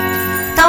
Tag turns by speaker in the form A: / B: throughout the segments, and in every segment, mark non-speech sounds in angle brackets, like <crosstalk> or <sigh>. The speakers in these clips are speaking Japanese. A: ー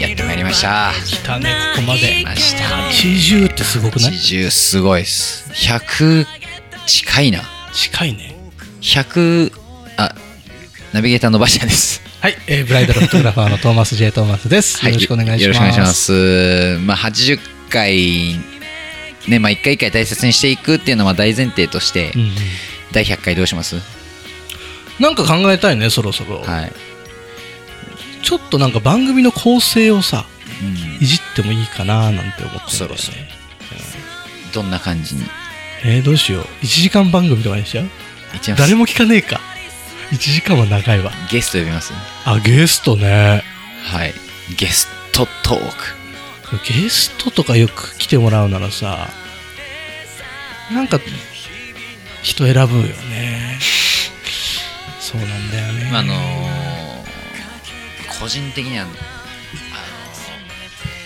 B: やってまいりました
C: 来たね、ここまで。
B: ました
C: 80ってすごくない
B: 80すごいっす100近いな
C: 近いね。
B: 100あナビゲーターの馬車です
C: はい、えーブライダルフォトグラファーのトーマス・ J ・トーマスです。よろしくお願いします。
B: よろしくお願いしま。すまあ80回ねまあ一回一回大切にしていくっていうのは大前提として、
C: うんうん、
B: 第100回どうします
C: なんか考えたいね、そろそろ、
B: はい、
C: ちょっとなんか番組の構成をさ、
B: うん
C: いじってもいいかななんて思ってんだよね
B: そろそろどんな感じに
C: えー、どうしよう。1時間番組とかにしちゃう
B: いきます
C: 誰も聞かねえか。1時間は長いわ。
B: ゲスト呼びます
C: あ、ゲストね。
B: はいゲストトーク
C: ゲストとかよく来てもらうならさ、なんか、人選ぶよね。そうなんだよね。
B: まああのー個人的にはあのー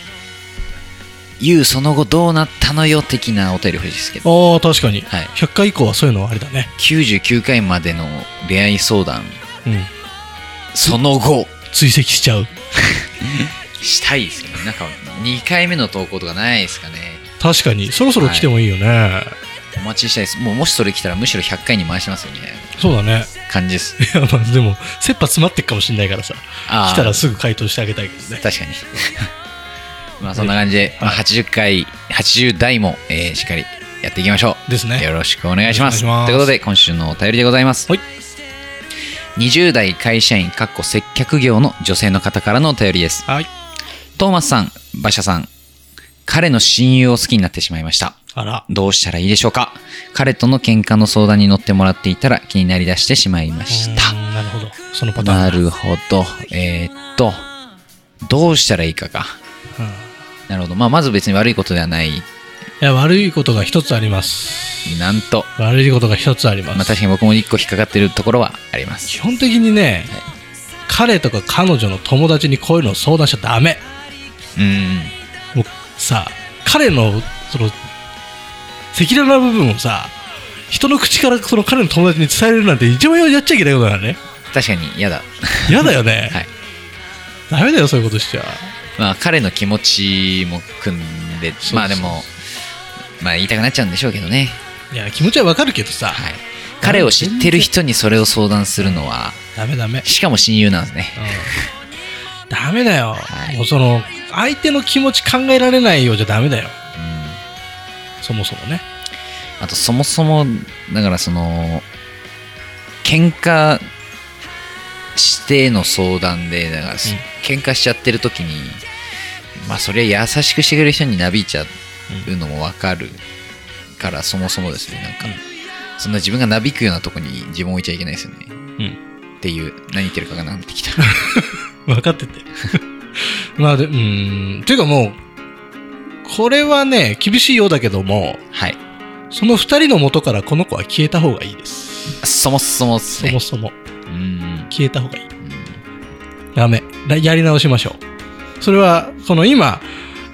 B: 「ゆうその後どうなったのよ」的なお便り欲しいですけど
C: ああ、確かに、
B: はい
C: 100回以降はそういうのはあれだね。
B: 99回までの恋愛相談
C: うん。
B: その後
C: 追跡しちゃう。
B: したいですよねなんか2回目の投稿とかないですかね
C: 確かに、そろそろ来てもいいよね。
B: お待ちしたいですもうもしそれ来たらむしろ100回に回しますよみたいな
C: そうだね。 <laughs>
B: 感じです
C: いや、まあ、でも、切羽詰まってっかもしれないからさ、
B: あー
C: 来たらすぐ回答してあげたいけどね。
B: 確かに <laughs> まあそんな感じで、まあ、80回80代も、えーしっかりやっていきましょう
C: ですね。
B: よろしくお願いします。
C: お願いします
B: ということで、今週のお便りでございます。
C: はい
B: 20代会社員、かっこ接客業の女性の方からのお便りです。
C: はい。
B: トーマスさん、馬車さん、彼の親友を好きになってしまいました。
C: あら。
B: どうしたらいいでしょうか彼との喧嘩の相談に乗ってもらっていたら気になりだしてしまいました
C: う。ーんなるほど。そのパターン。
B: なるほど。えーっと、どうしたらいいかか。
C: うん、い
B: なるほど。まあ、まず別に悪いことではない。
C: や、悪いことが一つあります。
B: なんと。
C: 悪いことが一つあります。
B: まあ、確かに僕も一個引っかかってるところはあります。
C: 基本的にね、
B: はい
C: 彼とか彼女の友達にこういうのを相談しちゃダメ
B: うん。
C: もうさ彼のその赤裸々な部分をさ人の口からその彼の友達に伝えるなんて一番やっちゃいけないことだ
B: <laughs>
C: よね
B: 確かに嫌だ。 <laughs>
C: 嫌だよね、
B: はい
C: ダメだよそういうことしちゃ
B: まあ、彼の気持ちも組んで、
C: そう
B: まあでも、まあ言いたくなっちゃうんでしょうけどね。
C: いや気持ちはわかるけどさ、
B: はい。彼を知ってる人にそれを相談するのは、
C: ダメダメ、
B: しかも親友なんですね。
C: うん、ダメだよ、
B: はい
C: もうその相手の気持ち考えられないようじゃダメだよ
B: うん。
C: そもそもね
B: あと、そもそも、だからその、喧嘩しての相談で、だから、喧嘩しちゃってる時に、まあそれ優しくしてくれる人になびいちゃうのもわかるから、そもそもですね、なんか、
C: うん
B: そんな自分がなびくようなとこに自分を置いちゃいけないですよね。
C: うん
B: っていう、何言ってるかがなってき
C: <laughs>
B: た。
C: 分かってて。 <laughs> まあで、うーん。ていうかもう、これはね、厳しいようだけども、
B: はい。
C: その二人の元からこの子は消えた方がいいです。
B: そもそもです
C: そ
B: ね。
C: もそも。
B: うん。
C: 消えた方がいい。ダメ。らやり直しましょう。それは、この今、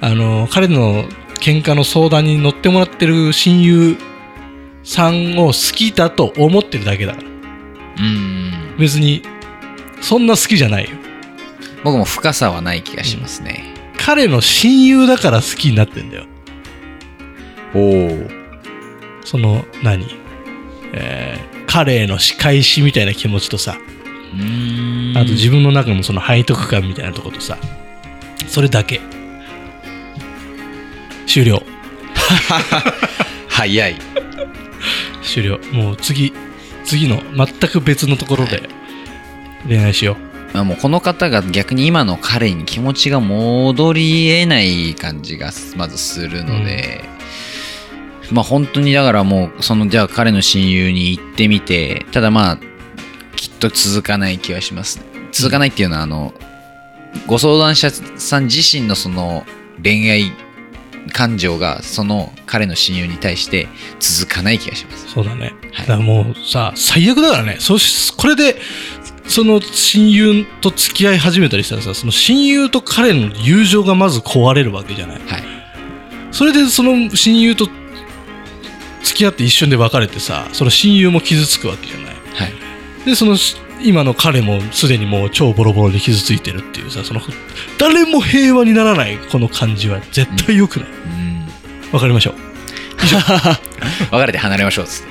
C: あの、彼の喧嘩の相談に乗ってもらってる親友さんを好きだと思ってるだけだから。
B: うん。
C: 別に、そんな好きじゃないよ。
B: 僕も深さはない気がしますね。
C: 彼の親友だから好きになってんだよ。
B: おお。
C: その何、えー彼への仕返しみたいな気持ちとさ
B: うん。
C: あと自分の中のその背徳感みたいなとことさそれだけ終了
B: 早い。
C: 終了もう次次の全く別のところで恋愛しよ
B: まあもうこの方が逆に今の彼に気持ちが戻りえない感じがまずするので、まあ本当にだからもうそのじゃあ彼の親友に行ってみてただまあきっと続かない気はします続かないっていうのはあのご相談者さん自身のその恋愛感情がその彼の親友に対して続かない気がします。
C: そうだね。
B: はい
C: だからもうさ、最悪だからね。そし、これで、その親友と付き合い始めたりしたらさ、その親友と彼の友情がまず壊れるわけじゃない。
B: はい。
C: それでその親友と付き合って一瞬で別れてさ、その親友も傷つくわけじゃない。
B: はい。
C: で、そのし今の彼もすでにもう超ボロボロで傷ついてるっていうさ、その誰も平和にならないこの感じは絶対良くない。 <laughs>
B: うん。
C: わ、かりましょう。
B: 別れて離れましょうっつって。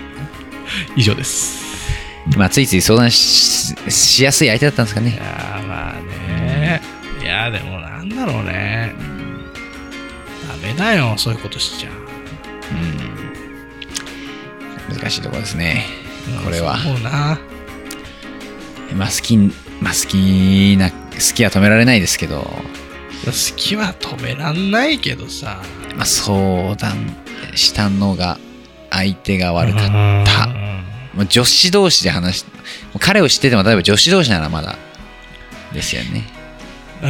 C: 以上です。
B: まあ、ついつい相談ししやすい相手だったんですか
C: い
B: ね。
C: やーまあねいやーでもなんだろうねダメだよそういうことしちゃ
B: うん。難しいところですね。これは。
C: もうな
B: まあ、好き、まあ、好きな、好きは止められないですけど、
C: 好きは止めらんないけどさ
B: まあ、相談したのが相手が悪かった。
C: うん
B: まあ、女子同士で話し、もう彼を知ってても、例えば女子同士ならまだですよね。
C: うーん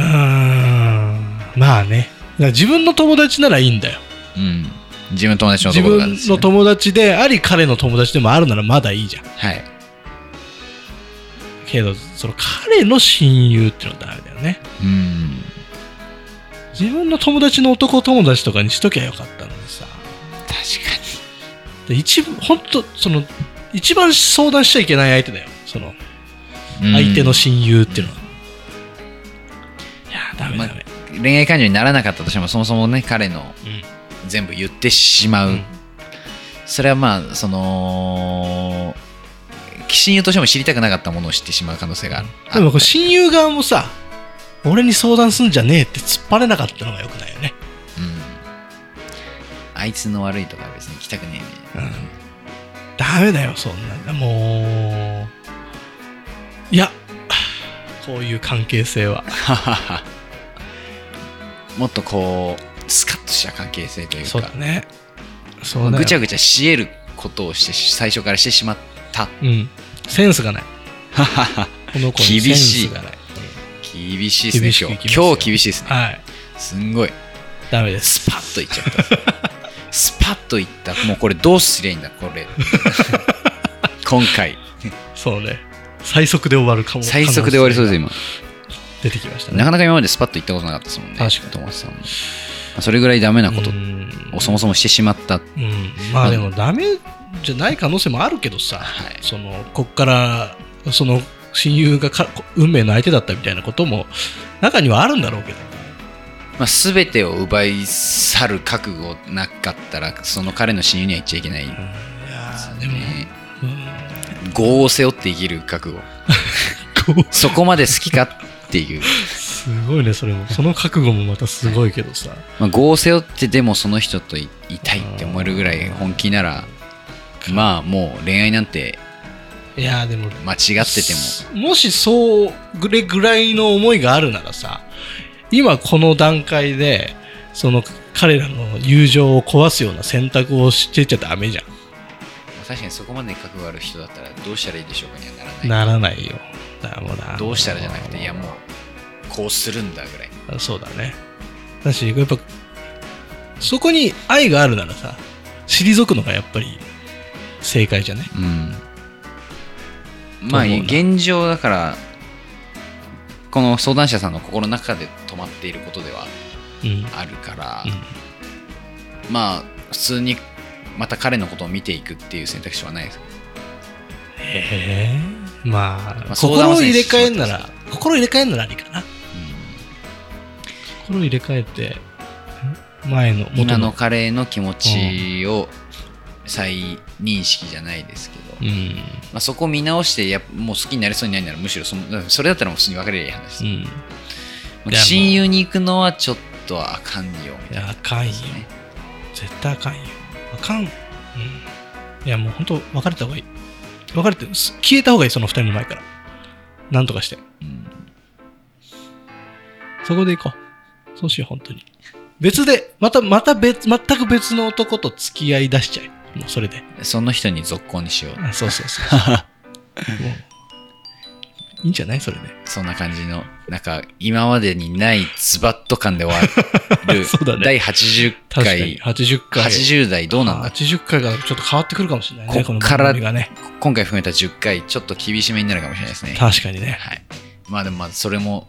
C: まあねだから自分の友達ならいいんだよ
B: うん。自分の友達のと
C: 自
B: ころが
C: 分
B: ですよ
C: の
B: ね
C: 友達であり彼の友達でもあるならまだいいじゃん
B: はい。
C: けどその彼の親友っていうのはダメだよね
B: うん。
C: 自分の友達の男友達とかにしときゃよかったのにさ
B: 確か
C: で一部本当その一番相談しちゃいけない相手だよその
B: に。うん
C: 相手の親友っていうのは、いやーダメダメ、
B: 恋愛感情にならなかったとしても、そもそもね、彼の全部言ってしまう。
C: うん
B: それはまあ、その、親友としても知りたくなかったものを知ってしまう可能性がある。
C: でもこれ親友側もさ俺に相談すんじゃねえって突っ張れなかったのがよくないよね、
B: うん。あいつの悪いとかは別に来たく
C: <laughs>
B: ねえね。
C: ダメだよそんなもういやこういう関係性は
B: はははもっとこう、スカッとした関係性という
C: そう
B: か
C: だ、ねそうだよ
B: ぐちゃぐちゃし得ることをしてし、最初からしてしまった。
C: うんセンスがない
B: ははは
C: この子にセン
B: 厳しい
C: スがない
B: 厳しいですね
C: 厳、しく
B: 今
C: いきま
B: 日。
C: すよ
B: 今日厳しいですね。
C: はい
B: すんごい。
C: ダメです
B: スパッといっちゃった。スパッといった。もうこれどうすりゃいいんだ、こ
C: <laughs>
B: れ。今回。
C: そうね。最速で終わるかも。
B: 最速で終わりそうです、今。
C: 出てきましたね。
B: なかなか今までスパッといったことなかったですもんね。
C: 確かに
B: 友達さんも。それぐらいダメなこと
C: うん
B: をそもそもしてしまった。はい。
C: うん。まあでも、ダメじゃない可能性もあるけどさ、その、こっから、その、親友がか運命の相手だったみたいなことも、中にはあるんだろうけど。
B: まあ、全てを奪い去る覚悟なかったら、その彼の親友には言っちゃいけないで
C: いや
B: す
C: ーでも、
B: ね。
C: うん
B: 業を背負って生きる覚
C: <laughs>
B: 悟。 <laughs> そこまで好きかっていう。
C: すごいね、それも。その覚悟もまたすごいけどさ。
B: まあ、業を背負ってでもその人といいたいって思えるぐらい本気なら、まあもう恋愛なんて
C: いやーでも、
B: 間違ってても。
C: もしそうぐれぐらいの思いがあるならさ今この段階でその彼らの友情を壊すような選択をしてちゃダメじゃ
B: 確かにそこまで覚悟ある人だったらどうしたらいいでしょうかにはならない。
C: んならないよだからもうな
B: どうしたらじゃなくて、いやもう、こうするんだぐらい。
C: そうだねだしやっぱそこに愛があるならさ退くのがやっぱり正解じゃね
B: うん。まあ、
C: と思うな
B: 現状だから、この相談者さんの心の中で止まっていることでは
C: うん
B: あるから、
C: う
B: まあ、普通にまた彼のことを見ていくっていう選択肢はないです。
C: んへえま
B: ま
C: あ
B: あ相談は
C: 心を
B: せ
C: 入
B: ん
C: れ
B: し
C: 替えんな
B: しま
C: ら心を入れ替えんならありかな心を入れ替えてん前の
B: うん、今
C: 元
B: の彼への気持ちを再認識じゃないですけど、
C: うん
B: まあ、そこを見直してやっぱもう好きになれそうにないならむしろそのそれだったらもう普通に別れりゃいい話です
C: う、ん
B: もう
C: いや
B: 親友に行くのはちょっとあかんよみ
C: い
B: たい
C: や
B: な
C: あかんよ
B: ね
C: 絶対あかんよあかん、うん、いやもうほんと別れた方がいい別れてす消えた方がいいその二人の前からなんとかして
B: うん
C: そこで行こうそうしよう本当に別でまたまた別全く別の男と付き合い出しちゃえもうそれで
B: その人に続行にしよう
C: あそうそうそうもういいんじゃないそれで。
B: そんな感じの、なんか、今までにないズバッと感で終わ <laughs> る。
C: そうだね
B: 第80
C: 確かに。
B: 回、
C: 80回。
B: 80代どうなんだ
C: 80回がちょっと変わってくるかもしれないね。
B: こ
C: こ
B: っ
C: の
B: から
C: 番組がね。
B: 今回含めた10回、ちょっと厳しめになるかもしれないですね。
C: 確かにね。
B: はい。まあでも、まあそれも、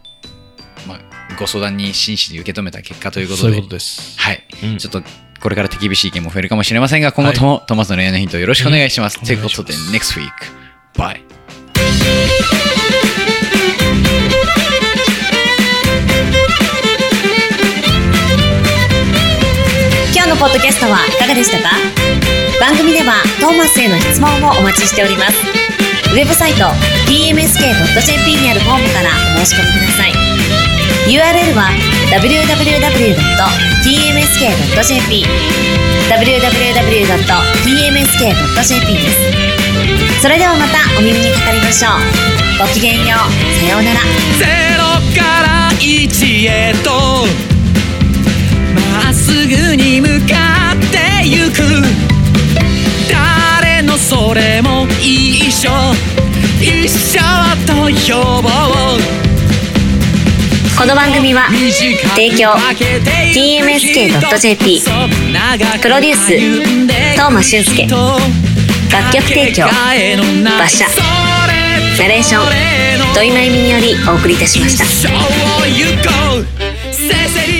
B: まあ、ご相談に真摯に受け止めた結果ということ
C: そ
B: で、
C: ういうことです。
B: はい。
C: うん
B: ちょっと、これから手厳しい意見も増えるかもしれませんが、今後ともトマスの恋愛のヒントをよろしくお願いします。
C: うん
B: ということで
C: お、願い
B: next week. Bye.
A: Podcast 今日のポッドキャストはいかがでしたか番組ではトーマスへの質問もお待ちしておりますウェブサイト tmsk.jp にあるフォームからお申し込みください URL は www.tmsk.jp www.tmsk.jp ですそれではまたお耳にかかりましょうごきげんようさようなら
D: ゼロから一へとまっすぐに向かってゆく誰のそれも一緒一緒と呼ぼう
A: この番組は提供 TMSK.jp プロデュース東間俊介楽曲提供馬車ナレーション土井真由美によりお送りいたしました
D: 一生を行こうせせり